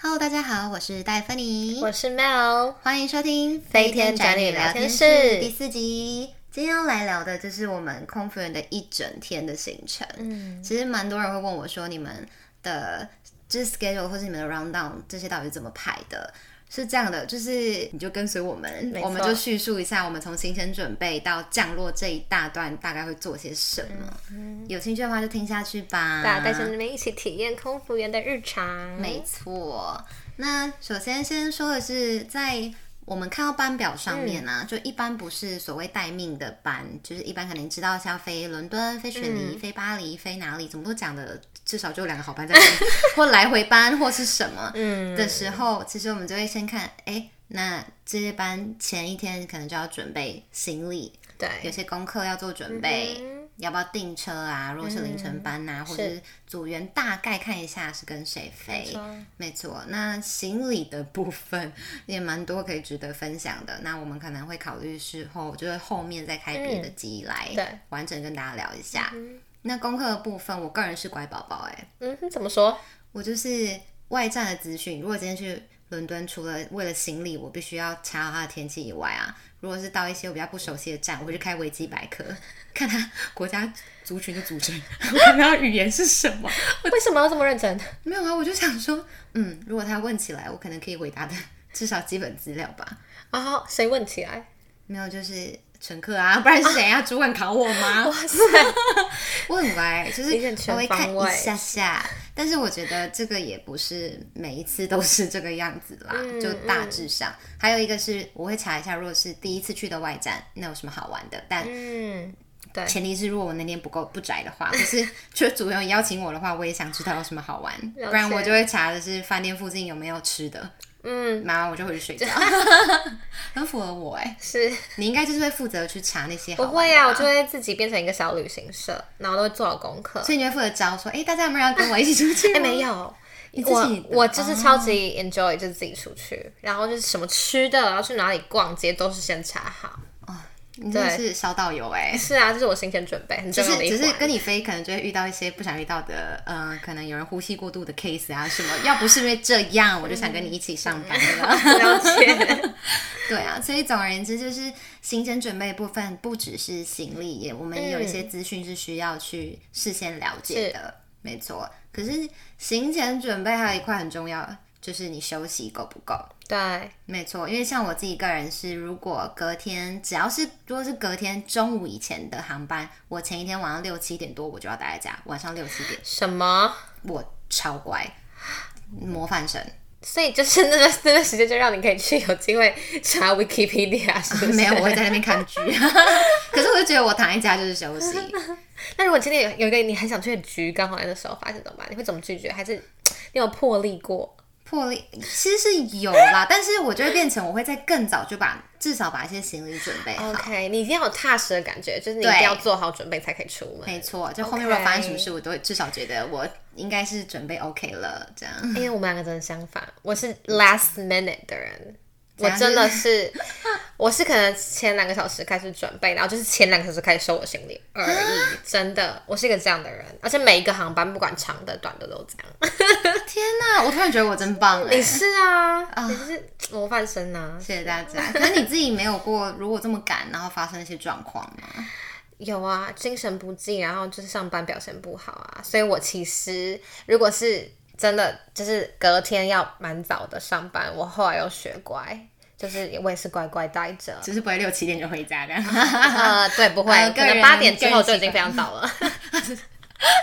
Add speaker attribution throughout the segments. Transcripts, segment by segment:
Speaker 1: Hello，大家好，我是戴芬妮，
Speaker 2: 我是 Mel，
Speaker 1: 欢迎收听《
Speaker 2: 飞天宅女聊天室
Speaker 1: 第四集。今天要来聊的就是我们空服员的一整天的行程。
Speaker 2: 嗯，
Speaker 1: 其实蛮多人会问我说，你们的就是 schedule 或是你们的 round down 这些到底是怎么排的？是这样的，就是你就跟随我们
Speaker 2: 没，错
Speaker 1: 我们就叙述一下我们从行前准备到降落这一大段大概会做些什么。
Speaker 2: 嗯
Speaker 1: 有兴趣的话就听下去吧。
Speaker 2: 大家带着你们一起体验空服员的日常。
Speaker 1: 没错。那首先先说的是，在我们看到班表上面
Speaker 2: 嗯
Speaker 1: 啊，就一般不是所谓待命的班，就是一般可能知道是要飞伦敦、飞雪梨、
Speaker 2: 嗯
Speaker 1: 飞巴黎、飞哪里，怎么都讲的至少就两个好班在那边， 或来回班或是什么
Speaker 2: 嗯
Speaker 1: 的时候，其实我们就会先看，哎，那这些班前一天可能就要准备行李，有
Speaker 2: 对，
Speaker 1: 些功课要做准备，
Speaker 2: 嗯
Speaker 1: 要不要订车啊？如果是凌晨班啊，或者是组员大概看一下是跟谁飞
Speaker 2: 没错。
Speaker 1: 没错，那行李的部分也蛮多可以值得分享的。那我们可能会考虑事后，就是后面再开别的集来、
Speaker 2: 对
Speaker 1: 完整跟大家聊一下。那功课的部分，我个人是乖宝宝哎、
Speaker 2: 嗯，怎么说？
Speaker 1: 我就是外站的资讯。如果今天去伦敦，除了为了行李，我必须要查好它的天气以外啊，如果是到一些我比较不熟悉的站，我就开维基百科， 看它国家族群的组成， 我看它语言是什么。
Speaker 2: 为什么要这么认 真？
Speaker 1: 没有啊，我就想说，嗯，如果他问起来，我可能可以回答的 至少基本资料吧。
Speaker 2: 啊，谁问起来？
Speaker 1: 没有，就是乘客啊，不然是谁啊？ 主管考我吗？ 我很乖，就是
Speaker 2: 你很全
Speaker 1: 稍微看
Speaker 2: 方位
Speaker 1: 一下下。但是我觉得这个也不是每一次都是这个样子啦，
Speaker 2: 嗯
Speaker 1: 就大致上。还有一个是我会查一下，如果是第一次去的外站，那有什么好玩的？但
Speaker 2: 嗯，对，
Speaker 1: 前提是如果我那天不够不宅的话，或 是就是主动邀请我的话，我也想知道有什么好玩，
Speaker 2: 了解
Speaker 1: 不然我就会查的是饭店附近有没有吃的。
Speaker 2: 嗯，
Speaker 1: 忙完我就回去 睡觉，很符合我哎、
Speaker 2: 是
Speaker 1: 你应该就是会负责去查那些好
Speaker 2: 不
Speaker 1: 玩的
Speaker 2: 会啊，我
Speaker 1: 吧
Speaker 2: 就会自己变成一个小旅行社，然后都会做好功课。
Speaker 1: 所以你会负责招说，哎、大家有没有要跟我一起出去？哦
Speaker 2: 哎、没。有，
Speaker 1: 自己
Speaker 2: 我
Speaker 1: 的哦
Speaker 2: 我就是超级 enjoy，、就是自己出去，然后就是什么吃的，然后去哪里逛街，都是先查好。
Speaker 1: 你真的是烧到油哎、
Speaker 2: 是啊，这是我行前准备很
Speaker 1: 只
Speaker 2: 重要
Speaker 1: 是
Speaker 2: 的一
Speaker 1: 只
Speaker 2: 环。
Speaker 1: 是跟你飞，可能就会遇到一些不想遇到的，嗯、可能有人呼吸过度的 case 啊什么。要不是因为这样，我就想跟你一起上班了。
Speaker 2: 嗯了 解，
Speaker 1: 对啊，所以总而言之，就是行前准备部分不只是行李，也我们也有一些
Speaker 2: 嗯
Speaker 1: 资讯是需要去事先了解的，没错。可是行前准备还有一块很重要，就是你休息够不够。
Speaker 2: 对，
Speaker 1: 没错，因为像我自己个人是，如果隔天只要是如果是隔天中午以前的航班，我前一天晚上六七点多我就要待在家，晚上六七点
Speaker 2: 什么？
Speaker 1: 我超 乖，模范生。
Speaker 2: 所以就是那段那段时间，就让你可以去有机会查 Wikipedia，是不是？
Speaker 1: 啊 没有，我会在那边看剧。可是我就觉得我躺在家就是休 息，
Speaker 2: 那如果今天有有一个你很想去的局，刚好在那时候发生怎么办？你会怎么拒绝？还是你有魄力过？
Speaker 1: 破例其实是有啦，但是我就会变成我会在更早就把至少把一些行李准备 好。
Speaker 2: OK，你一定要有踏实的感觉，就是你一
Speaker 1: 对
Speaker 2: 定要做好准备才可以出门。
Speaker 1: 没错，就后面如果发生什么事，我都会至少觉得我应该是准备 OK 了，这样。
Speaker 2: 因为我们两个真的相反，我是 last minute 的人，我真的是，我是可能前两个小时开始准备，然后就是前两个小时开始收我行李而 已，真的，我是一个这样的人，而且每一个航班不管长的短的都这样。
Speaker 1: 天哪，我突然觉得我真 棒哎、
Speaker 2: 你是啊，你是模范生啊，
Speaker 1: 谢谢大家。可是你自己没有过，如果这么赶，然后发生一些状况 吗？
Speaker 2: 有啊，精神不济，然后就是上班表现不好啊，所以我其实如果是真的就是隔天要蛮早的上班，我后来又学乖。就是我也是乖乖待 着，
Speaker 1: 只是不会六七点就回家这样，
Speaker 2: 呃，对，不 会
Speaker 1: 啊呃，
Speaker 2: 可
Speaker 1: 个
Speaker 2: 能
Speaker 1: 人
Speaker 2: 八点之后
Speaker 1: 个
Speaker 2: 就
Speaker 1: 人
Speaker 2: 已经
Speaker 1: 习惯
Speaker 2: 非常早 了，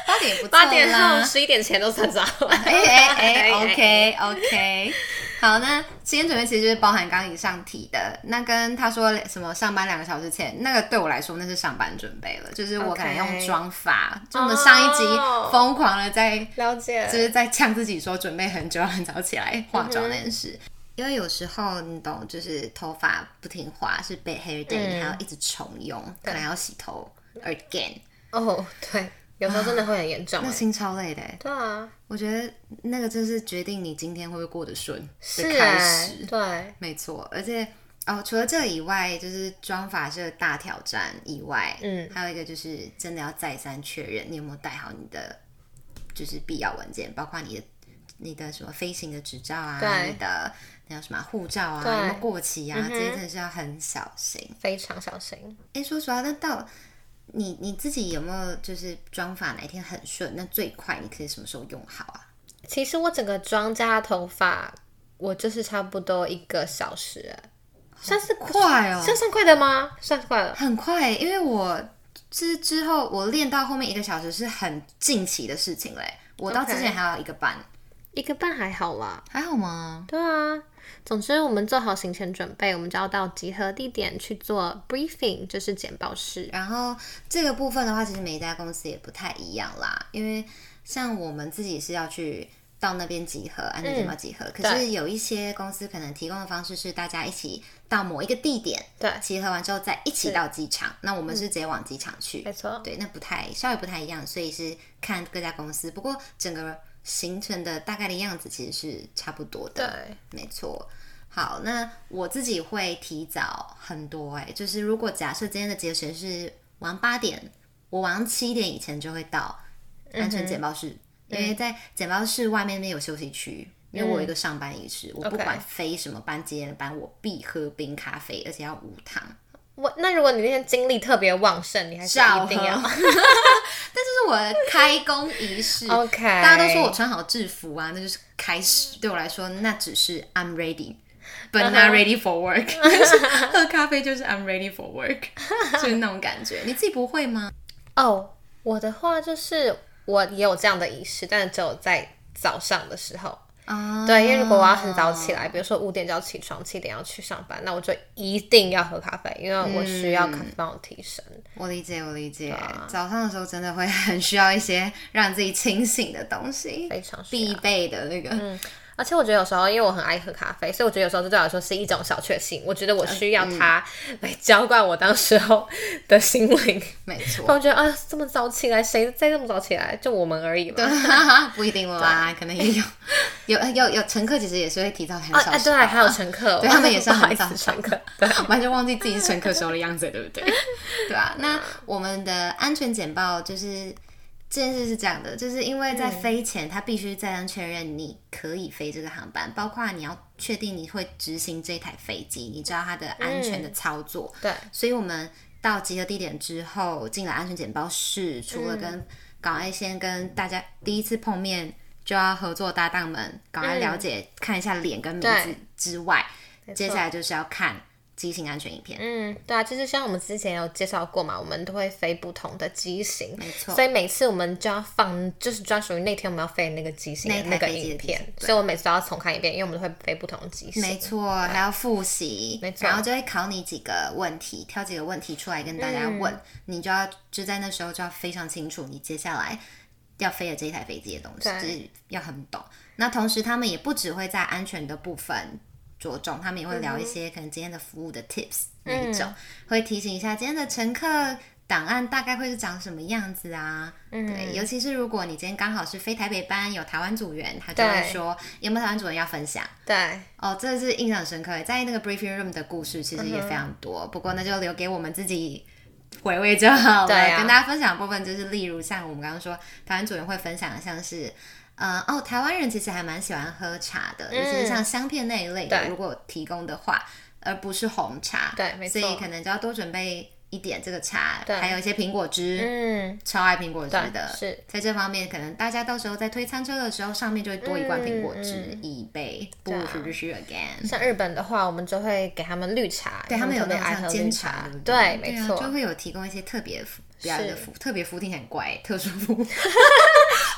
Speaker 1: 八点也不错
Speaker 2: 八点 后
Speaker 1: 啦。
Speaker 2: 十一点前都算早了。
Speaker 1: 哎哎 哎，OK OK，好，那今天准备其实就是包含刚刚以上提的，那跟他说什么上班两个小时前，那个对我来说那是上班准备了，就是我
Speaker 2: OK
Speaker 1: 可能用装法就我们上一集
Speaker 2: 哦
Speaker 1: 疯狂的在
Speaker 2: 了解
Speaker 1: 就是在呛自己说准备很久很早起
Speaker 2: 嗯
Speaker 1: 来化妆那件事。因为有时候你懂，就是头发不听话是被 hair day，、你还
Speaker 2: 嗯
Speaker 1: 要一直重用，可能还要洗头 again，
Speaker 2: 哦，嗯对，有时候真的会很严重
Speaker 1: 那。心超累的欸。
Speaker 2: 对啊，
Speaker 1: 我觉得那个真是决定你今天会不会过得顺的
Speaker 2: 是
Speaker 1: 开
Speaker 2: 哎
Speaker 1: 始，，
Speaker 2: 对，
Speaker 1: 没错。而且哦，除了这个以外，就是妆发是个大挑战以外，
Speaker 2: 嗯，
Speaker 1: 还有一个就是真的要再三确认你有没有带好你的就是必要文件，包括你的你的什么飞行的执照啊，
Speaker 2: 对
Speaker 1: 你的那叫什么护照啊，
Speaker 2: 对嗯
Speaker 1: 有没有过期啊，这些真的是要很小心。
Speaker 2: 非常小心。
Speaker 1: 哎、说实话，那到你你自己有没有就是妆发哪一天很顺？那最快你可以什么时候用好啊？
Speaker 2: 其实我整个妆加头发，我就是差不多一个小时了，算是快，
Speaker 1: 快哦，
Speaker 2: 算算快的吗？算是快了。
Speaker 1: 很快，因为我之之后我练到后面一个小时是很近期的事情嘞。我到
Speaker 2: OK
Speaker 1: 之前还有一个半
Speaker 2: 一个半还好啦。
Speaker 1: 还好吗？
Speaker 2: 对啊，总之我们做好行前准备，我们就要到集合地点去做 briefing，就是简报室。
Speaker 1: 然后这个部分的话，其实每一家公司也不太一样啦，因为像我们自己是要去到那边集合，安全简报集合。可是
Speaker 2: 嗯对
Speaker 1: 有一些公司可能提供的方式是大家一起到某一个地点，
Speaker 2: 对嗯
Speaker 1: 集合完之后再一起到机场。那我们是直接往机场去，
Speaker 2: 没错
Speaker 1: 对，那不太稍微不太一样，所以是看各家公司。不过整个行程的大概的样子其实是差不多的，没错。好，那我自己会提早很多哎、就是如果假设今天的节选是晚上八点，我晚上七点以前就会到安全简报室，因为在简报室外面那边有休息区。因为我有一个上班仪式，我不
Speaker 2: OK
Speaker 1: 管飞什么班、接人班，我必喝冰咖啡，而且要无糖。
Speaker 2: 我那如果你那天精力特别旺盛，你还是一定要
Speaker 1: 照喝 但这是我的开工仪 式
Speaker 2: OK
Speaker 1: 大家
Speaker 2: 哎
Speaker 1: 都说我穿好制服啊，那就是开始。对我来说，那只是 I'm ready。But
Speaker 2: 嗯
Speaker 1: not ready for work，、喝 咖啡就是 I'm ready for work，就是那种感觉。你自己不会 吗？
Speaker 2: 哦。我的话就是我也有这样的仪式，但是只有在早上的时候。
Speaker 1: 啊、
Speaker 2: 对，因为如果我要很早起来，比如说五点就要起床，七点要去上班，那我就一定要喝咖啡，因为我需
Speaker 1: 嗯
Speaker 2: 要咖啡帮我提神。
Speaker 1: 我理解，我理解。
Speaker 2: 啊
Speaker 1: 早上的时候真的会很需要一些让自己清醒的东西，
Speaker 2: 非常需要
Speaker 1: 必备的那个。
Speaker 2: 而且我觉得有时候，因为我很爱喝咖啡，所以我觉得有时候这对我来说是一种小确幸。我觉得
Speaker 1: 呃
Speaker 2: 我需要
Speaker 1: 嗯
Speaker 2: 它来浇灌我当时候 的心灵。
Speaker 1: 没错，
Speaker 2: 我觉得啊，这么早起来，谁再这么早起来？就我们而已
Speaker 1: 啊
Speaker 2: 嘛。
Speaker 1: 不一定啦，可能也有有有有乘客其实也是会提早两
Speaker 2: 啊
Speaker 1: 小时、
Speaker 2: 啊，对，还有乘客，
Speaker 1: 对他们也是
Speaker 2: 不好
Speaker 1: 很
Speaker 2: 意
Speaker 1: 早
Speaker 2: 思，乘客。对，
Speaker 1: 完全忘记自己是乘客时候的样子，对不对？ 对啊，那我们的安全简报就是这件事是这样的，就是因为在飞前，他必须再三确认你可以飞这个航班，包括你要确定你会执行这台飞机，你知道它的安全的操作。
Speaker 2: 对，
Speaker 1: 所以我们到集合地点之后，进了安全简报室，除了跟港爱先跟大家第一次碰面就要合作搭档们赶快了解、看一下脸跟名字
Speaker 2: 对
Speaker 1: 之外，接下来就是要看机型安全影片。
Speaker 2: 嗯，对啊，就是像我们之前有介绍过嘛，我们都会飞不同的机型，
Speaker 1: 没错
Speaker 2: 所以每次我们就要放，就是专属于那天我们要飞的那个机型的
Speaker 1: 那一
Speaker 2: 那
Speaker 1: 台
Speaker 2: 个
Speaker 1: 飞机的
Speaker 2: 影
Speaker 1: 机型
Speaker 2: 片，所以我每次都要重看一遍，因为我们都会飞不同的机型。
Speaker 1: 没错，还要复习，
Speaker 2: 没错
Speaker 1: 然后就会考你几个问题，挑几个问题出来跟大家
Speaker 2: 嗯
Speaker 1: 问，你就要就在那时候就要非常清楚你接下来要飞的这一台飞机的东西，
Speaker 2: 对
Speaker 1: 就是要很懂。那同时他们也不只会在安全的部分着重，他们也会
Speaker 2: 嗯
Speaker 1: 聊一些可能今天的服务的 tips 那一种，会提醒一下今天的乘客。档案大概会是长什么样子啊？
Speaker 2: 嗯
Speaker 1: 对，尤其是如果你今天刚好是飞台北班，有台湾组员，他就会
Speaker 2: 对
Speaker 1: 说有没有台湾组员要分享。
Speaker 2: 对，
Speaker 1: 哦，这是印象深刻。在那个 briefing room 的故事其实
Speaker 2: 嗯
Speaker 1: 也非常多，不过那就留给我们自己回味就好了。
Speaker 2: 对啊
Speaker 1: 跟大家分享的部分就是，例如像我们刚刚说，台湾主人会分享的，像是。呃哦，台湾人其实还蛮喜欢喝茶的，尤其是像香片那一类的，
Speaker 2: 嗯对
Speaker 1: 如果提供的话，而不是红茶，
Speaker 2: 对没
Speaker 1: 所以
Speaker 2: 错
Speaker 1: 可能就要多准备一点这个茶，
Speaker 2: 对
Speaker 1: 还有一些苹果汁，
Speaker 2: 嗯，
Speaker 1: 超爱苹果汁的，
Speaker 2: 对是
Speaker 1: 在这方面，可能大家到时候在推餐车的时候，上面就会多一罐苹果汁，以备不时之需 again。
Speaker 2: 像日本的话，我们就会给他们绿茶，
Speaker 1: 嗯对他们有
Speaker 2: 特别
Speaker 1: 那种
Speaker 2: 爱
Speaker 1: 像
Speaker 2: 喝
Speaker 1: 煎
Speaker 2: 绿
Speaker 1: 茶
Speaker 2: 茶，，
Speaker 1: 不
Speaker 2: 对，没
Speaker 1: 对啊
Speaker 2: 错，
Speaker 1: 就会有提供一些特别服，不要
Speaker 2: 是
Speaker 1: 的服，特别服听起来很怪，特 殊服，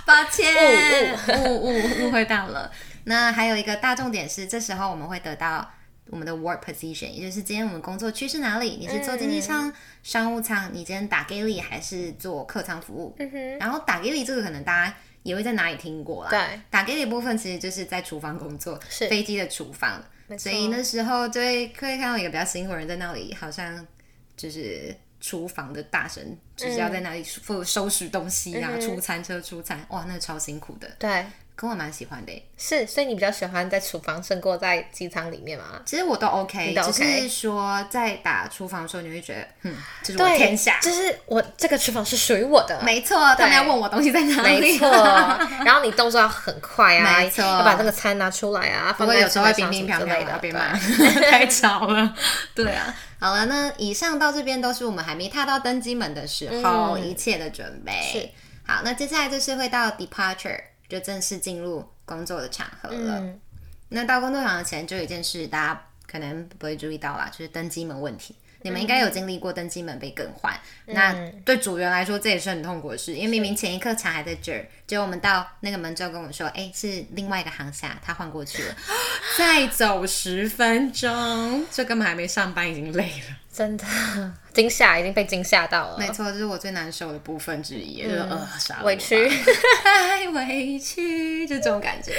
Speaker 1: 抱歉，误误误误会到了。那还有一个大重点是，这时候我们会得到。我们的 work position，也就是今天我们工作区是哪里？你是坐经济舱、商务舱？你今天打 galley 还是做客舱服务？然后打给你这个可能大家也会在哪里听过啦。
Speaker 2: 对，
Speaker 1: 打给你部分其实就是在厨房工作，
Speaker 2: 是
Speaker 1: 飞机的厨房，
Speaker 2: 没
Speaker 1: 所
Speaker 2: 错
Speaker 1: 以那时候就会会看到一个比较辛苦的人在那里，好像就是厨房的大神，
Speaker 2: 嗯
Speaker 1: 就是要在那里收收拾东西啊，出餐车出餐，哇，那个超辛苦的。
Speaker 2: 对，
Speaker 1: 可我蛮喜欢的欸耶。
Speaker 2: 是，所以你比较喜欢在厨房胜过在机舱里面吗？
Speaker 1: 其实我都 OK，,
Speaker 2: 你都 OK
Speaker 1: 只是说在打厨房的时候，你会觉得，嗯，这是我的
Speaker 2: 对，
Speaker 1: 天下，
Speaker 2: 就是我这个厨房是属于我的，
Speaker 1: 没错，他们要问我东西在哪里，
Speaker 2: 没错。然后你动作要很快啊，
Speaker 1: 没错
Speaker 2: 要把那个餐拿出来啊，
Speaker 1: 不
Speaker 2: 放
Speaker 1: 过
Speaker 2: 在
Speaker 1: 有时候会
Speaker 2: 桌
Speaker 1: 乒乒乓
Speaker 2: 上什么之
Speaker 1: 乓
Speaker 2: 类
Speaker 1: 的
Speaker 2: 的，
Speaker 1: 被
Speaker 2: 对
Speaker 1: 骂， 太吵了。对啊，好了，那以上到这边都是我们还没踏到登机门的时候、
Speaker 2: 嗯
Speaker 1: 一切的准备。
Speaker 2: 是，
Speaker 1: 好，那接下来就是会到 departure，就正式进入工作的场合了。
Speaker 2: 嗯，
Speaker 1: 那到工作场合前，就有一件事大家可能不会注意到啦，就是登机门问题。你们应
Speaker 2: 嗯
Speaker 1: 该有经历过登机门被更换，那对组员来说这也是很痛苦的事，因为明明前一刻查还在这儿，结果我们到那个门之后跟我们说，哎、是另外一个航厦，他换过去了，再走十分钟，这根本还没上班，已经累了。
Speaker 2: 真的 惊吓，已经被惊吓到了，
Speaker 1: 没错，这是我最难受的部分之一，就是呃，傻
Speaker 2: 委屈，
Speaker 1: 太委屈，就这种感觉。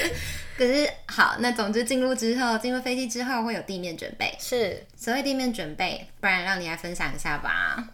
Speaker 1: 可是好，那总之进入之后，进入飞机之后会有地面准备。
Speaker 2: 是。
Speaker 1: 所谓地面准备，不然让你来分享一下吧。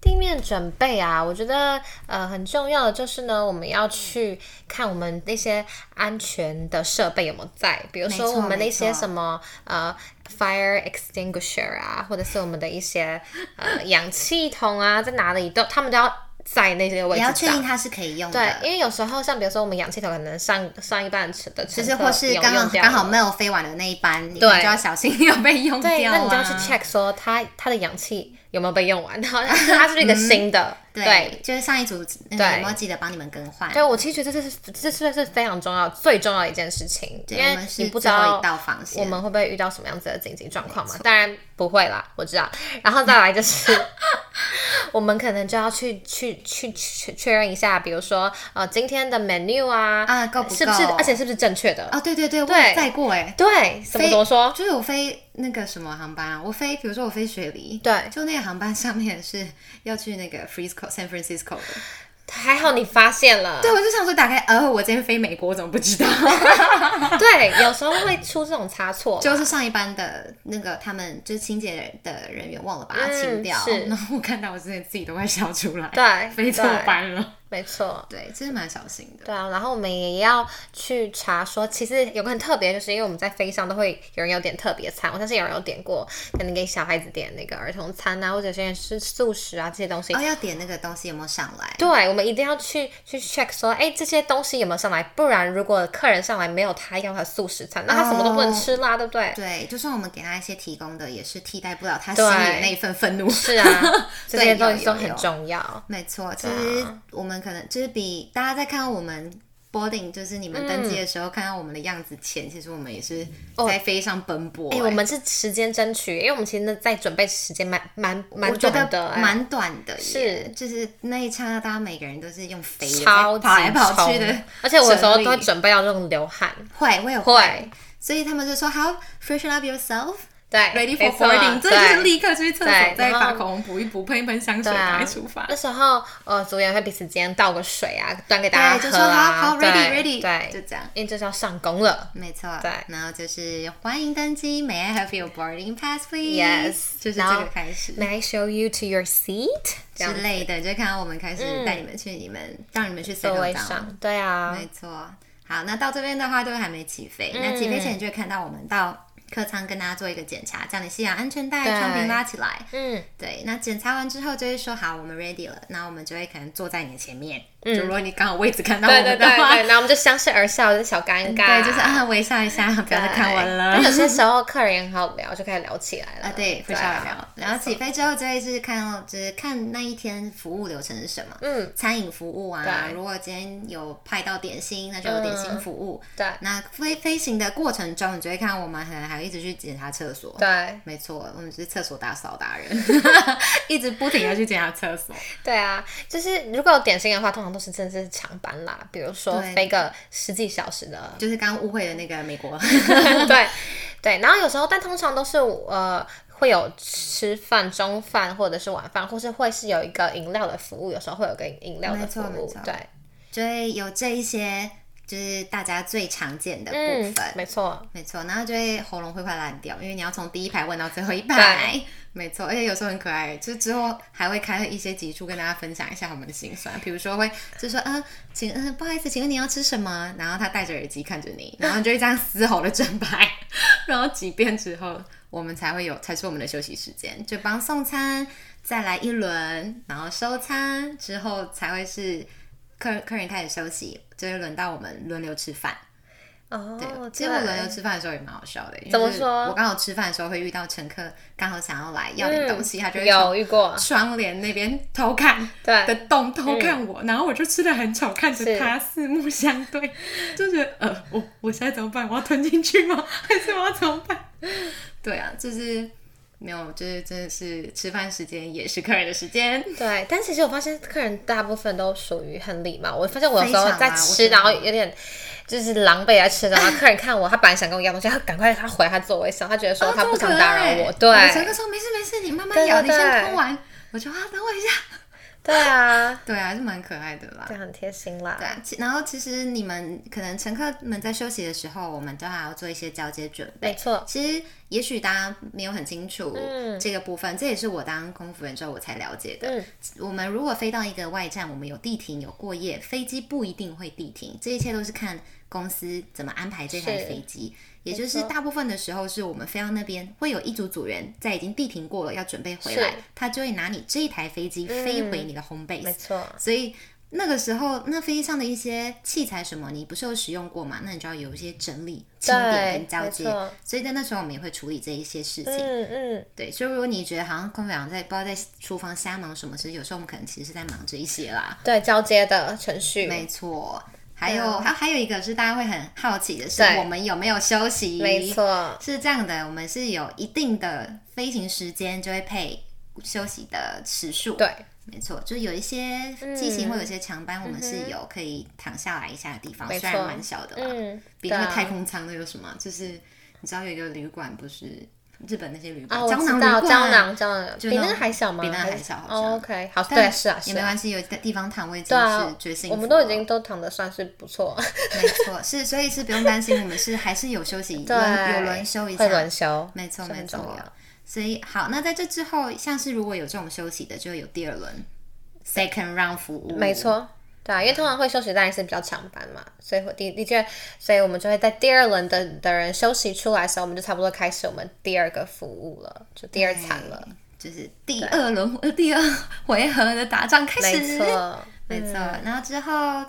Speaker 2: 地面准备啊，我觉得呃很重要的就是呢，我们要去看我们那些安全的设备有没有在，比如
Speaker 1: 没
Speaker 2: 说
Speaker 1: 错
Speaker 2: 我们那
Speaker 1: 没
Speaker 2: 些
Speaker 1: 错
Speaker 2: 什么呃 fire extinguisher 啊，或者是我们的一些呃氧气筒啊，在哪里都他们都要在那些位
Speaker 1: 也
Speaker 2: 置
Speaker 1: 要
Speaker 2: 上。
Speaker 1: 确定它是可以用
Speaker 2: 对，
Speaker 1: 的，
Speaker 2: 因为有时候像比如说我们氧气筒可能上上一半的乘
Speaker 1: 就是
Speaker 2: 客
Speaker 1: 或是
Speaker 2: 有
Speaker 1: 刚
Speaker 2: 用
Speaker 1: 好
Speaker 2: 掉
Speaker 1: 刚好
Speaker 2: 了
Speaker 1: 没有飞完的那一班，你可
Speaker 2: 对
Speaker 1: 能就要小心有被用掉、啊。
Speaker 2: 对，那你就要去 check 说它它的氧气有没有被用完，然后它是不是一个新的，对
Speaker 1: 嗯对，就是上一组那个
Speaker 2: 对
Speaker 1: 有没有记得帮你们更换？
Speaker 2: 对，我其实觉得这是这是这是非常重要、最重要的一件事情，因
Speaker 1: 对，我
Speaker 2: 为
Speaker 1: 们是
Speaker 2: 你不知
Speaker 1: 最后
Speaker 2: 道
Speaker 1: 一道防线。
Speaker 2: 我们会不会遇到什么样子的紧急状况嘛？当然不会啦，我知道。然后再来就是， 我们可能就要去去去确确认一下，比如说呃今天的 menu 啊
Speaker 1: 啊够不
Speaker 2: 是不是，
Speaker 1: 够
Speaker 2: 而且是不是正确的？
Speaker 1: 哦，对对对，我
Speaker 2: 对
Speaker 1: 有载过哎，
Speaker 2: 对，怎么
Speaker 1: 飞
Speaker 2: 怎么说？
Speaker 1: 哦就是我飞那个什么航班啊，我飞，比如说我飞雪梨，
Speaker 2: 对
Speaker 1: 就那个航班上面是要去那个 Frisco San Francisco 的，
Speaker 2: 还好你发现了，
Speaker 1: 对，我就想说打开，呃，我今天飞美国，我怎么不知道？
Speaker 2: 对，有时候会出这种差错嘛，
Speaker 1: 就是上一班的那个他们就是清洁的人员忘了把它清掉，
Speaker 2: 嗯是
Speaker 1: 然后我看到我之前自己都快笑出来，
Speaker 2: 对
Speaker 1: 飞错
Speaker 2: 对
Speaker 1: 班了，
Speaker 2: 没错。
Speaker 1: 对，真的蛮小心的。
Speaker 2: 对啊，然后我们也要去查说，其实有个很特别，就是因为我们在飞上都会有人有点特别餐，我相信有人有点过，可能给小孩子点那个儿童餐啊，或者有些人吃素食啊这些东西。
Speaker 1: 哦，要点那个东西有没有上来？
Speaker 2: 对，我们一定要去去 check 说，哎，这些东西有没有上来？不然如果客人上来没有他要他的素食餐，那他什么都不能吃
Speaker 1: 哦
Speaker 2: 啦，对 不对？
Speaker 1: 对，就算我们给他一些提供的，也是替代不了他心
Speaker 2: 对
Speaker 1: 里那一份愤怒。
Speaker 2: 是啊，这些
Speaker 1: 对有
Speaker 2: 东西都
Speaker 1: 有
Speaker 2: 很
Speaker 1: 有
Speaker 2: 重要。
Speaker 1: 没错，其实我们可能就是比大家在看到我们 boarding，就是你们登机的时候、看到我们的样子前，其实我们也是在飞上奔波、
Speaker 2: 哎、
Speaker 1: 欸
Speaker 2: 嗯我们是时间争取，因为我们其实呢在准备时间蛮蛮蛮
Speaker 1: 我觉
Speaker 2: 短
Speaker 1: 得
Speaker 2: 的、哎
Speaker 1: 蛮短的耶，
Speaker 2: 是
Speaker 1: 就是那一刹那，大家每个人都是用飞的
Speaker 2: 超级
Speaker 1: 哎跑来跑去
Speaker 2: 冲
Speaker 1: 的，
Speaker 2: 而且我有时候
Speaker 1: 整理
Speaker 2: 都会准备要那种流汗，
Speaker 1: 会，我有
Speaker 2: 会，
Speaker 1: 所以他们就说好，freshen up yourself。
Speaker 2: 对
Speaker 1: Ready
Speaker 2: 没
Speaker 1: for
Speaker 2: 错啊
Speaker 1: boarding，这就是
Speaker 2: 对
Speaker 1: 立刻出去厕所
Speaker 2: 对，
Speaker 1: 再
Speaker 2: 然
Speaker 1: 把
Speaker 2: 后
Speaker 1: 口红补一补，喷一喷香水，
Speaker 2: 对
Speaker 1: 赶
Speaker 2: 啊
Speaker 1: 快出发。
Speaker 2: 那时候呃，组员会彼此之间倒个水啊，端给大家
Speaker 1: 对，就
Speaker 2: 喝
Speaker 1: 说好
Speaker 2: 啊，
Speaker 1: 好
Speaker 2: 对
Speaker 1: ，ready ready，就
Speaker 2: 对，
Speaker 1: 这样。
Speaker 2: 因为就是要上工了。
Speaker 1: 没错，
Speaker 2: 对
Speaker 1: 然后就是欢迎登机，May I have your boarding pass, please?
Speaker 2: Yes，
Speaker 1: 就是这
Speaker 2: 然后
Speaker 1: 个开始
Speaker 2: May I show you to your seat？这
Speaker 1: 之
Speaker 2: 样嗯
Speaker 1: 类的，就看到我们开始带你们去，你们让你们去 s e
Speaker 2: 座
Speaker 1: t
Speaker 2: 位
Speaker 1: t
Speaker 2: 上，对啊，
Speaker 1: 没错，好，那到这边的话都还没起飞，
Speaker 2: 嗯
Speaker 1: 那起飞前你就会看到我们到客舱跟大家做一个检查，叫你系好安全带，
Speaker 2: 对
Speaker 1: 窗帘拉起来。
Speaker 2: 嗯，
Speaker 1: 对，那检查完之后就会说好，我们 ready 了，那我们就会可能坐在你的前面，就如果你刚好位置看到我
Speaker 2: 对对
Speaker 1: 们
Speaker 2: 对
Speaker 1: 的话，
Speaker 2: 嗯对，然后我们就相视而笑，有点小尴尬，
Speaker 1: 对就是啊微笑一下，不
Speaker 2: 对，
Speaker 1: 要再看我了。
Speaker 2: 但有些时候客人也很好聊，就开始聊起来了
Speaker 1: 啊，对，会
Speaker 2: 对
Speaker 1: 稍微聊
Speaker 2: 啊。
Speaker 1: 然后起飞之后就会是看到，就是看那一天服务流程是什么，
Speaker 2: 嗯，
Speaker 1: 餐饮服务啊，
Speaker 2: 对嗯
Speaker 1: 如果今天有派到点心，那就有点心服务。
Speaker 2: 对
Speaker 1: 那飞飞行的过程中，你就会看到我们可能还一直去检查厕所。
Speaker 2: 对
Speaker 1: 没错，我们是厕所打扫达 人，一直不停的去检查厕所。
Speaker 2: 对啊，就是如果有点心的话，通常都是真的是长班啦，比如说
Speaker 1: 对
Speaker 2: 飞个十几小时的
Speaker 1: 就是刚刚误会的那个美国，
Speaker 2: 对对，然后有时候，但通常都是呃会有吃饭、中饭或者是晚饭，或是会是有一个饮料的服务，有时候会有个饮料的
Speaker 1: 没
Speaker 2: 服
Speaker 1: 错没
Speaker 2: 务
Speaker 1: 错，
Speaker 2: 对
Speaker 1: 就会有这一些就是大家最常见的部
Speaker 2: 嗯
Speaker 1: 分。，
Speaker 2: 没错，
Speaker 1: 没错，然后就会喉咙会快烂掉，因为你要从第一排问到最后一排。没错，而且有时候很可爱，就是之后还会开一些集数跟大家分享一下我们的心酸，比如说会就说，呃，请，呃，不好意思，请问你要吃什么？然后他戴着耳机看着你，然后就会这样嘶吼的整排， 然后几遍之后，我们才会有才是我们的休息时间，就帮送餐，再来一轮，然后收餐之后才会是客客人开始休息，就会轮到我们轮流吃饭。
Speaker 2: 哦，
Speaker 1: 其实我轮流吃饭的时候也蛮好笑的。因为
Speaker 2: 怎么
Speaker 1: 就是
Speaker 2: 说
Speaker 1: 我刚好吃饭的时候会遇到乘客刚好想要来要点东西，他就会
Speaker 2: 嗯有
Speaker 1: 从
Speaker 2: 遇过，
Speaker 1: 窗帘那边偷看
Speaker 2: 对嗯
Speaker 1: 的洞偷看我，然后我就吃的很丑，看着他四目相对，就觉得呃，我我现在怎么办？我要吞进去吗？ 还是我要怎么办？对啊，就是没有，就是真的是吃饭时间也是客人的时间。
Speaker 2: 对，但其实我发现客人大部分都属于很礼貌。我发现我有时候
Speaker 1: 非常啊
Speaker 2: 在
Speaker 1: 我
Speaker 2: 吃，
Speaker 1: 觉得
Speaker 2: 然后有点就是狼狈在吃，然后客人看我，他本来想跟我要东西，他赶快他回他座位上，他觉得说
Speaker 1: 哦
Speaker 2: 他不想
Speaker 1: 这么可
Speaker 2: 打扰
Speaker 1: 爱
Speaker 2: 我。
Speaker 1: 我的乘
Speaker 2: 对
Speaker 1: 客，说没事没事，你慢慢
Speaker 2: 对
Speaker 1: 咬，
Speaker 2: 对
Speaker 1: 你先
Speaker 2: 对
Speaker 1: 吞完。我就啊，等我一下。
Speaker 2: 对啊，
Speaker 1: 对啊，还是蛮可爱的啦。
Speaker 2: 这样很贴心啦
Speaker 1: 对。啊，其然后其实你们可能乘客们在休息的时候，我们都还要做一些交接准备。
Speaker 2: 没错，
Speaker 1: 其实也许大家没有很清楚
Speaker 2: 嗯
Speaker 1: 这个部分，这也是我当空服员之后我才了解的。
Speaker 2: 嗯，
Speaker 1: 我们如果飞到一个外站，我们有地停有过夜，飞机不一定会地停，这一切都是看公司怎么安排这台
Speaker 2: 是
Speaker 1: 飞机。也就是
Speaker 2: 没错
Speaker 1: 大部分的时候，是我们飞到那边会有一组组员在已经地停过了，要准备回来
Speaker 2: 是，嗯
Speaker 1: 他就会拿你这一台飞机飞回你的 home base。
Speaker 2: 没错，
Speaker 1: 所以那个时候，那飞机上的一些器材什么，你不是有使用过嘛？那你就要有一些整理、清点
Speaker 2: 对
Speaker 1: 跟交
Speaker 2: 没
Speaker 1: 接
Speaker 2: 错。
Speaker 1: 所以在那时候，我们也会处理这一些事情。
Speaker 2: 嗯嗯，
Speaker 1: 对，所以如果你觉得好像空飞在不知道在厨房瞎忙什么，其实有时候我们可能其实是在忙这一些啦。
Speaker 2: 对，交接的程序，
Speaker 1: 没错，还有、
Speaker 2: 对啊
Speaker 1: 还还有一个是大家会很好奇的是，
Speaker 2: 对
Speaker 1: 我们有没有休息？
Speaker 2: 没错，
Speaker 1: 是这样的，我们是有一定的飞行时间就会配休息的时数。
Speaker 2: 对，
Speaker 1: 没错，就是有一些机型或有一些长班，我们
Speaker 2: 嗯
Speaker 1: 是
Speaker 2: 哼
Speaker 1: 有可以躺下来一下的地方，
Speaker 2: 没
Speaker 1: 虽
Speaker 2: 错
Speaker 1: 然蛮小的啦，
Speaker 2: 嗯，
Speaker 1: 比那
Speaker 2: 对
Speaker 1: 个
Speaker 2: 啊
Speaker 1: 太空舱那有什么，就是你知道有一个旅馆不是日本那些旅馆，
Speaker 2: 啊，我
Speaker 1: 胶
Speaker 2: 知
Speaker 1: 囊
Speaker 2: 道
Speaker 1: 旅
Speaker 2: 胶
Speaker 1: 馆，
Speaker 2: 囊胶囊
Speaker 1: 就
Speaker 2: 比
Speaker 1: 那
Speaker 2: 那个
Speaker 1: 种
Speaker 2: 还小吗？
Speaker 1: 比那个
Speaker 2: 还
Speaker 1: 还
Speaker 2: 是
Speaker 1: 小好像
Speaker 2: 哦 OK，好，
Speaker 1: 但
Speaker 2: 对，是啊，
Speaker 1: 也
Speaker 2: 是
Speaker 1: 没
Speaker 2: 啊，
Speaker 1: 关系，有地方躺，我已经
Speaker 2: 对啊
Speaker 1: 是决心、
Speaker 2: 我们都已经都躺的算是不错，
Speaker 1: 没错，是所以是不用担心，我们是还是有休息，
Speaker 2: 对，
Speaker 1: 轮有轮休一
Speaker 2: 会
Speaker 1: 下
Speaker 2: 轮，休，
Speaker 1: 没错
Speaker 2: 这很
Speaker 1: 没错
Speaker 2: 重要。
Speaker 1: 所以好，那在这之后，像是如果有这种休息的，就会有第二轮 second round 服务，
Speaker 2: 没错，对啊，因为通常会休息当然是比较长班嘛，所以会的的确，所以我们就会在第二轮的的人休息出来的时候，我们就差不多开始我们第二个服务了，就第二餐了，
Speaker 1: 哎就是第二轮呃第二回合的打仗开始，
Speaker 2: 没错，嗯
Speaker 1: 没错。然后之后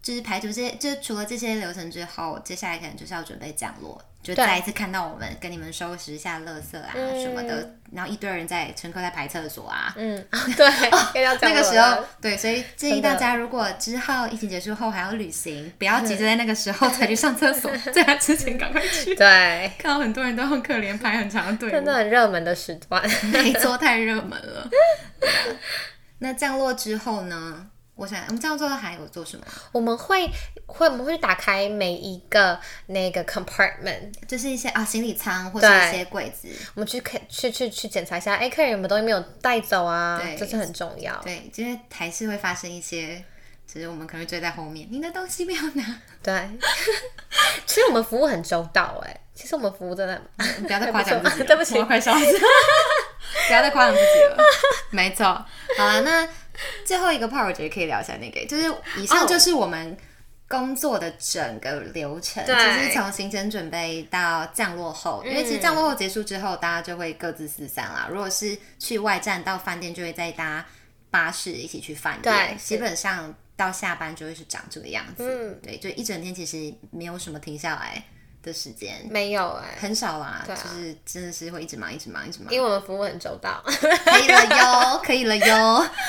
Speaker 1: 就是排除这些，就是除了这些流程之后，接下来可能就是要准备降落，就再一次看到我们跟你们收拾一下垃圾啊
Speaker 2: 嗯
Speaker 1: 什么的，然后一堆人在乘客在排厕所啊。
Speaker 2: 嗯， 对，又要讲
Speaker 1: 哦那个
Speaker 2: 我
Speaker 1: 时候
Speaker 2: 了，
Speaker 1: 对，所以建议
Speaker 2: 真的
Speaker 1: 大家，如果之后疫情结束后还要旅行，不要急着在那个时候才去上厕所，在他之前赶快 去。
Speaker 2: 对，
Speaker 1: 看到很多人都很可怜，排很长的队伍
Speaker 2: 真的很热门的时段，
Speaker 1: 没错，太热门了。 那降落之后呢？我想，我们降落之后还有做什么？
Speaker 2: 我们会会我们会打开每一个那个 compartment，
Speaker 1: 就是一些啊行李舱或者
Speaker 2: 对
Speaker 1: 一些柜子，
Speaker 2: 我们去看去去去检查一下，哎，客人有没有东西没有带走啊
Speaker 1: 对，
Speaker 2: 这是很重要。
Speaker 1: 对，因为还是会发生一些，只是我们可能追在后面，你的东西没有拿，
Speaker 2: 对， 其实我们服务很周到哎、其实我们服务真的，
Speaker 1: 不要再夸奖自己了，
Speaker 2: 对不起
Speaker 1: 我要快笑死了，不要再夸奖自己了。没错，好了，那最后一个 part 我觉得可以聊一下那个，就是以上
Speaker 2: 哦
Speaker 1: 就是我们。工作的整个流程，就
Speaker 2: 对
Speaker 1: 是从行前准备到降落后，因为其实
Speaker 2: 嗯
Speaker 1: 降落后结束之后，大家就会各自四散啦。如果是去外站到饭店，就会再搭巴士一起去饭店。
Speaker 2: 对
Speaker 1: 基本上到下班就会是长这个样子。
Speaker 2: 嗯
Speaker 1: 对，就一整天其实没有什么停下来的时间，
Speaker 2: 没有哎、
Speaker 1: 很少啦，
Speaker 2: 对啊
Speaker 1: 就是真的是会一直忙，一直忙，一直忙。
Speaker 2: 因为我们服务很周到。
Speaker 1: 可以 了哟，可以了哟。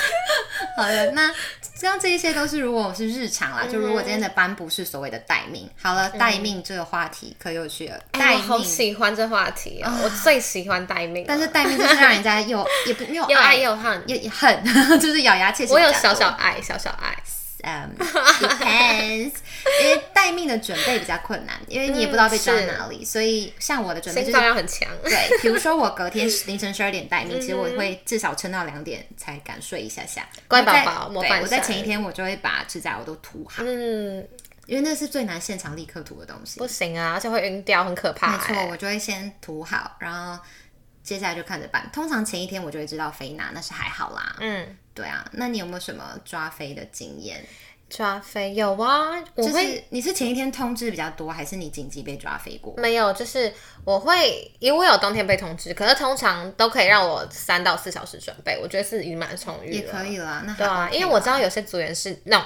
Speaker 1: 好了，那像这一些都是如果我是日常啦，
Speaker 2: 嗯
Speaker 1: 就如果今天的班不是所谓的待命，好了，待命这个话题可有趣了，
Speaker 2: 哎
Speaker 1: 待
Speaker 2: 我好
Speaker 1: 命。
Speaker 2: 喜欢这话题哦，我最喜欢待命了，
Speaker 1: 但是待命就是让人家又 也不又
Speaker 2: 又爱
Speaker 1: 又
Speaker 2: 又恨。
Speaker 1: 也恨， 就是咬牙切齿。
Speaker 2: 我有小小爱，小小爱，
Speaker 1: 嗯 depends，因为待命的准备比较困难，因为你也不知道被抓
Speaker 2: 嗯是
Speaker 1: 哪里，所以像我的准备
Speaker 2: 心
Speaker 1: 就
Speaker 2: 脏
Speaker 1: 是。
Speaker 2: 要很强。
Speaker 1: 对，比如说我隔天凌晨十二点待命，其实我会至少撑到两点才敢睡一下下。
Speaker 2: 嗯乖
Speaker 1: 我在
Speaker 2: 宝宝模
Speaker 1: 对
Speaker 2: 范
Speaker 1: 我在
Speaker 2: 生
Speaker 1: 前一天我就会把指甲油都涂好，
Speaker 2: 嗯，
Speaker 1: 因为那是最难现场立刻涂的东西
Speaker 2: 不。行啊，而且会晕掉，很可
Speaker 1: 没
Speaker 2: 怕、欸。
Speaker 1: 错，我就会先涂好，然后接下来就看着办。通常前一天我就会知道飞哪，那是还好啦。
Speaker 2: 嗯，
Speaker 1: 对啊，那你有没有什么抓飞的经验？
Speaker 2: 抓飞有啊，我
Speaker 1: 就
Speaker 2: 会、嗯
Speaker 1: 是你是前一天通知比较多，还是你紧急被抓飞过？
Speaker 2: 没有，就是我会，因为我有当天被通知，可是通常都可以让我三到四小时准备，我觉得是已经蛮充裕
Speaker 1: 也
Speaker 2: 了。
Speaker 1: 可以啦，那还
Speaker 2: 对啊，
Speaker 1: OK
Speaker 2: 因为我
Speaker 1: 啦
Speaker 2: 知道有些组员是那种，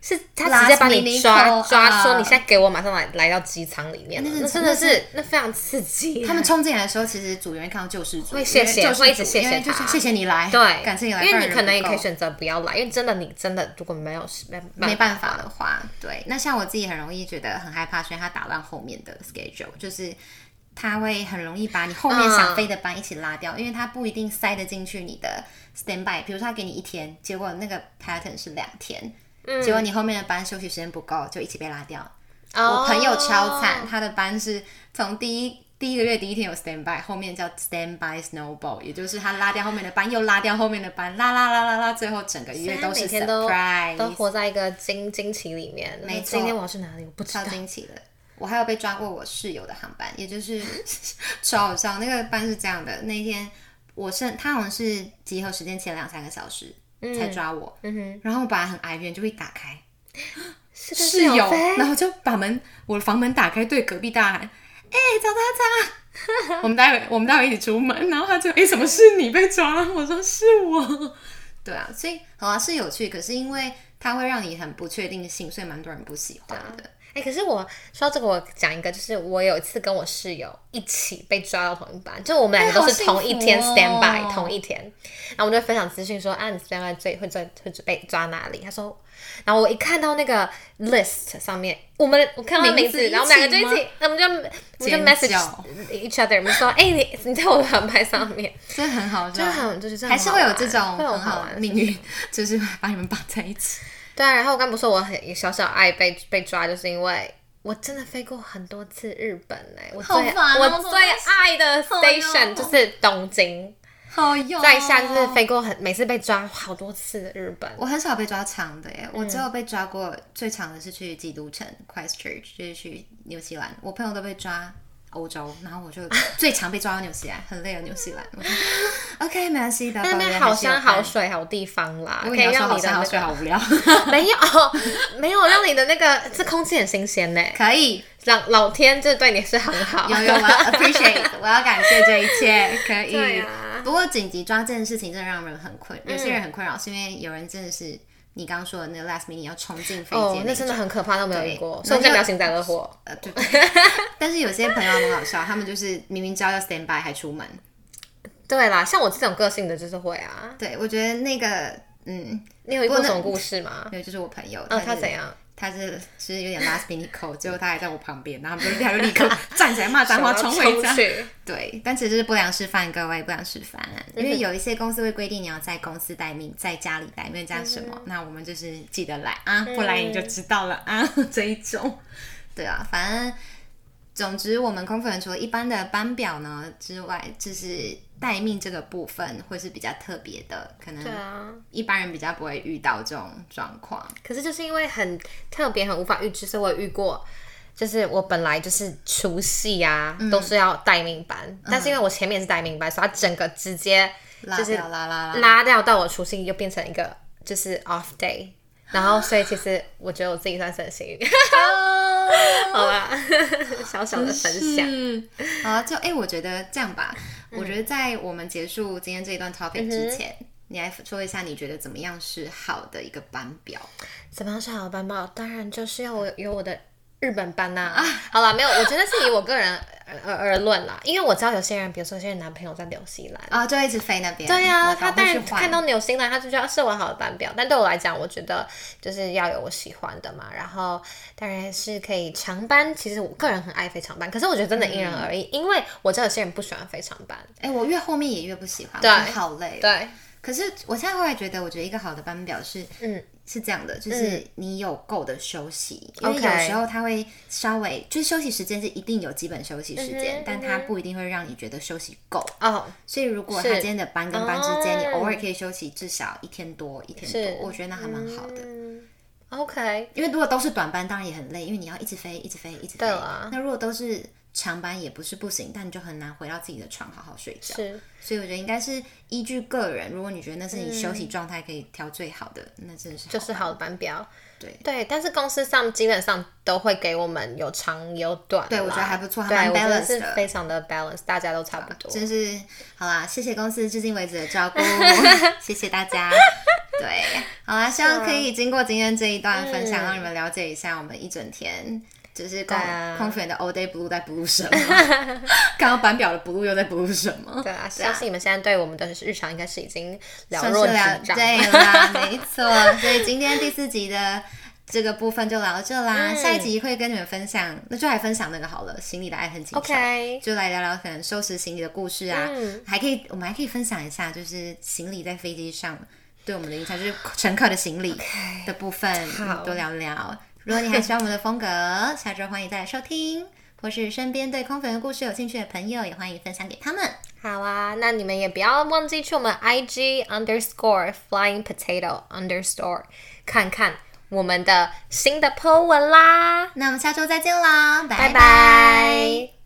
Speaker 2: 是他直接把你
Speaker 1: Last minute
Speaker 2: 抓
Speaker 1: call
Speaker 2: 抓说
Speaker 1: up
Speaker 2: 你现在给我马上来来到机舱里面了，
Speaker 1: 啊那
Speaker 2: 那
Speaker 1: 真
Speaker 2: 真
Speaker 1: 的
Speaker 2: 的是那非常刺激。啊
Speaker 1: 他们冲进来的时候，其实组员看到救世主，
Speaker 2: 会谢谢
Speaker 1: 因为救世主
Speaker 2: 会一直谢谢
Speaker 1: 因为就是
Speaker 2: 他
Speaker 1: 谢谢你来，
Speaker 2: 对，
Speaker 1: 感谢你来，
Speaker 2: 因
Speaker 1: 不
Speaker 2: 为
Speaker 1: 然
Speaker 2: 你可能
Speaker 1: 人
Speaker 2: 也
Speaker 1: 不
Speaker 2: 可以
Speaker 1: 够
Speaker 2: 选择不要来，因为真的你真的如果没有没
Speaker 1: 没办法的话，对。那像我自己很容易觉得很害怕，所以他打乱后面的 schedule，就是他会很容易把你后面
Speaker 2: 嗯
Speaker 1: 想飞的班一起拉掉，因为他不一定塞得进去你的 standby。比如说他给你一天，结果那个 pattern 是两天，
Speaker 2: 嗯
Speaker 1: 结果你后面的班休息时间不够，就一起被拉掉。我朋
Speaker 2: 哦
Speaker 1: 友超惨，他的班是从第一。第一个月第一天有 stand by，后面叫 stand by snowball，也就是他拉掉后面的班，又拉掉后面的班，拉拉拉拉拉，最后整个月
Speaker 2: 因为
Speaker 1: 都是
Speaker 2: 每天都
Speaker 1: surprise，
Speaker 2: 都活在一个惊惊奇里面。
Speaker 1: 没错
Speaker 2: 今天我要去哪里？我不知道
Speaker 1: 超。惊奇的。我还有被抓过我室友的航班，也就是 超好笑。那个班是这样的，那一天我是他好像是集合时间前两三个小时才
Speaker 2: 嗯
Speaker 1: 抓我，然后我本来很哀怨，就会打开
Speaker 2: 是跟
Speaker 1: 室友
Speaker 2: 飞，
Speaker 1: 然后就把门我的房门打开，对隔壁大喊：“哎、找他找他！” 我们待会我们待会一起出门，然后他就：“哎、什么事？你被抓了？”我说：“是我。” 对啊，所以好啊是有趣，可是因为它会让你很不确定性，所以蛮多人不喜欢的。
Speaker 2: 哎、可是我说到这个，我讲一个，就是我有一次跟我室友一起被抓到同一班，就我们两个
Speaker 1: 哎
Speaker 2: 都是
Speaker 1: 好幸
Speaker 2: 同一天
Speaker 1: 福哦
Speaker 2: stand by，、同一天，然后我们就分享资讯说啊，你 stand by 最会最会被抓哪里？他说，然后我一看到那个 list 上面，我们我看到他名
Speaker 1: 啊名字
Speaker 2: 字，
Speaker 1: 一起
Speaker 2: 然后我们两个就一起，我们就我们就
Speaker 1: 尖
Speaker 2: message
Speaker 1: 叫
Speaker 2: each other，我们说，哎、你你在我的航拍上面，
Speaker 1: 这很好笑，
Speaker 2: 就很就是这样
Speaker 1: 啊还是会有这种
Speaker 2: 会有
Speaker 1: 很
Speaker 2: 好
Speaker 1: 好
Speaker 2: 玩
Speaker 1: 的命运，就是把你们绑在一起。
Speaker 2: 对啊，然后我刚不是说我很小小爱被被抓，就是因为我真的飞过很多次日本哎、我最、
Speaker 1: 好烦哦
Speaker 2: 我最爱的
Speaker 1: 哎
Speaker 2: station
Speaker 1: 呦
Speaker 2: 就是东京，
Speaker 1: 好用
Speaker 2: 在下就是飞过很每次被抓好多次的日本。
Speaker 1: 我很少被抓长的耶，我
Speaker 2: 嗯
Speaker 1: 只有被抓过最长的是去基督城 Christchurch，就是去纽西兰。我朋友都被抓欧洲，然后我 就最常被抓到纽西兰，很累啊的纽西兰。我就 OK，没关系的，
Speaker 2: 那
Speaker 1: 保留
Speaker 2: 边
Speaker 1: 还
Speaker 2: 好
Speaker 1: 是有
Speaker 2: 山好
Speaker 1: 伴。
Speaker 2: 水好地方啦，
Speaker 1: 我
Speaker 2: 可
Speaker 1: 跟
Speaker 2: 以
Speaker 1: 你要说
Speaker 2: 让
Speaker 1: 好
Speaker 2: 你的
Speaker 1: 山好
Speaker 2: 那
Speaker 1: 水好
Speaker 2: 个
Speaker 1: 无聊，
Speaker 2: 没有哦没有让你的那个这空气很新鲜呢、
Speaker 1: 可以
Speaker 2: 老老天这对你是很好。
Speaker 1: 有 有，我要 appreciate，我要感谢这一切，可
Speaker 2: 对
Speaker 1: 以。
Speaker 2: 啊，嗯
Speaker 1: 不过紧急抓这件事情真的让人很困，有些人很困扰，是因为有人真的是你刚刚说的那个 last minute 要冲进飞
Speaker 2: 哦
Speaker 1: 机，
Speaker 2: 那真的
Speaker 1: 种
Speaker 2: 很可怕，都没有遇过，
Speaker 1: 对
Speaker 2: 所以我们现在不要幸灾乐祸。
Speaker 1: 呃对。 但是有些朋友很好笑，他们就是明明知道要 stand by 还出门。
Speaker 2: 对啦，像我这种个性的就是会啊。
Speaker 1: 对，我觉得那个嗯，
Speaker 2: 你有遇过
Speaker 1: 不那
Speaker 2: 这种故事吗？
Speaker 1: 没有，就是我朋友，
Speaker 2: 嗯，
Speaker 1: 是
Speaker 2: 他怎？样？
Speaker 1: 他是就是有点 last minute call，结果他还在我旁边，然后他们就他就立刻站起来骂 脏话，冲回家
Speaker 2: 冲。去。
Speaker 1: 对，但其实是不良示范，各位不良示范，因为有一些公司会规定你要在公司待命，在家里待命，这样什
Speaker 2: 嗯
Speaker 1: 么？那我们就是记得来啊，不来你就知道了啊，这一种。对啊，反正总之我们空服人除了一般的班表呢之外，就是待命这个部分会是比较特别的，可
Speaker 2: 对
Speaker 1: 能
Speaker 2: 啊，
Speaker 1: 一般人比较不会遇到这种状况。
Speaker 2: 可是就是因为很特别、很无法预知，所以我有遇过。就是我本来就是除夕啊，都是要待命班，但是因为我前面是待命班，所以它整个直接
Speaker 1: 拉
Speaker 2: 就是
Speaker 1: 掉啦啦啦，
Speaker 2: 拉掉到我除夕又变成一个就是 off day，然后所以其实我觉得我自己算是很幸运，好吧， 小小的分享，嗯
Speaker 1: 是，好啊，就哎、我觉得这样吧，我觉得在我们结束今天这一段 topic 之前，你来说一下你觉得怎么样是好的一个班表？
Speaker 2: 怎么样是好的班报？当然就是要我有我的日本班呐、
Speaker 1: 啊
Speaker 2: 好了，没有，我觉得是以我个人而而论啦，因为我知道有些人，比如说有些人男朋友在纽西兰。
Speaker 1: 啊、就一直飞那边。
Speaker 2: 对呀、
Speaker 1: 我
Speaker 2: 他
Speaker 1: 搞不
Speaker 2: 当
Speaker 1: 去
Speaker 2: 然
Speaker 1: 换
Speaker 2: 看到纽西兰，他就觉得是我好的班表。但对我来讲，我觉得就是要有我喜欢的嘛。然后当然是可以长班，其实我个人很爱飞长班，可是我觉得真的因人
Speaker 1: 嗯
Speaker 2: 而异，因为我知道有些人不喜欢飞长班。
Speaker 1: 哎、我越后面也越不喜欢，
Speaker 2: 对
Speaker 1: 我觉得好累。，哦
Speaker 2: 对，
Speaker 1: 可是我现在后来觉得，我觉得一个好的班表是，
Speaker 2: 嗯，
Speaker 1: 是这样的，就是你有够的休息，因为
Speaker 2: OK
Speaker 1: 有时候它会稍微，就是休息时间是一定有基本休息时间，
Speaker 2: 嗯哼
Speaker 1: 但它不一定会让你觉得休息够。
Speaker 2: 哦，
Speaker 1: 所以如果他
Speaker 2: 是
Speaker 1: 今天的班跟班之间，
Speaker 2: 哦
Speaker 1: 你偶尔可以休息至少一天多一天
Speaker 2: 是
Speaker 1: 多，我觉得那还蛮好的。
Speaker 2: 嗯 OK，
Speaker 1: 因为如果都是短班，当然也很累，因为你要一直飞，一直飞，一直飞
Speaker 2: 对啊啦。
Speaker 1: 那如果都是长班，也不是不行，但你就很难回到自己的床好好睡觉。
Speaker 2: 是
Speaker 1: 所以我觉得应该是依据个人，如果你觉得那是你休息状态可以调最好的，那真的是
Speaker 2: 嗯就是好的班表。
Speaker 1: 对
Speaker 2: 对，但是公司上基本上都会给我们有长有短啦。
Speaker 1: 对我觉得还不错还
Speaker 2: 对，
Speaker 1: 蛮
Speaker 2: 我觉得
Speaker 1: balanced
Speaker 2: 是
Speaker 1: 的
Speaker 2: 非常的 balance，大家都差不多。
Speaker 1: 真是好啦，谢谢公司至今为止的照 顾，谢谢大家。对，好啦，
Speaker 2: 啊
Speaker 1: 希望可以经过今天这一段分享，让你们了解一下我们一整天。就是空、
Speaker 2: 对啊
Speaker 1: 空服员的 all day blue 在 blue 什么，刚刚班表的 blue 又在 blue 什么，
Speaker 2: 对啊，相信你们现在对我们的日常应该是已经了
Speaker 1: 算
Speaker 2: 若
Speaker 1: 是
Speaker 2: 指
Speaker 1: 了
Speaker 2: 掌。
Speaker 1: 对啦，没错。所以今天第四集的这个部分就聊到这
Speaker 2: 嗯
Speaker 1: 啦，下一集会跟你们分享，那就来分享那个好了，行李的爱恨情仇。
Speaker 2: OK，
Speaker 1: 就来聊聊可能收拾行李的故事啊，
Speaker 2: 嗯
Speaker 1: 还可以我们还可以分享一下，就是行李在飞机上对我们的影响，就是乘客的行李的部分
Speaker 2: 好
Speaker 1: 嗯多聊聊。如果你还喜欢我们的风格， 下周欢迎再来收听，或是身边对空服员故事有兴趣的朋友，也欢迎分享给他们。
Speaker 2: 好啊，那你们也不要忘记去我们 IG underscore flying potato underscore 看看我们的新的 po 文啦，
Speaker 1: 那我们下周再见啦，
Speaker 2: 拜
Speaker 1: 拜
Speaker 2: 拜。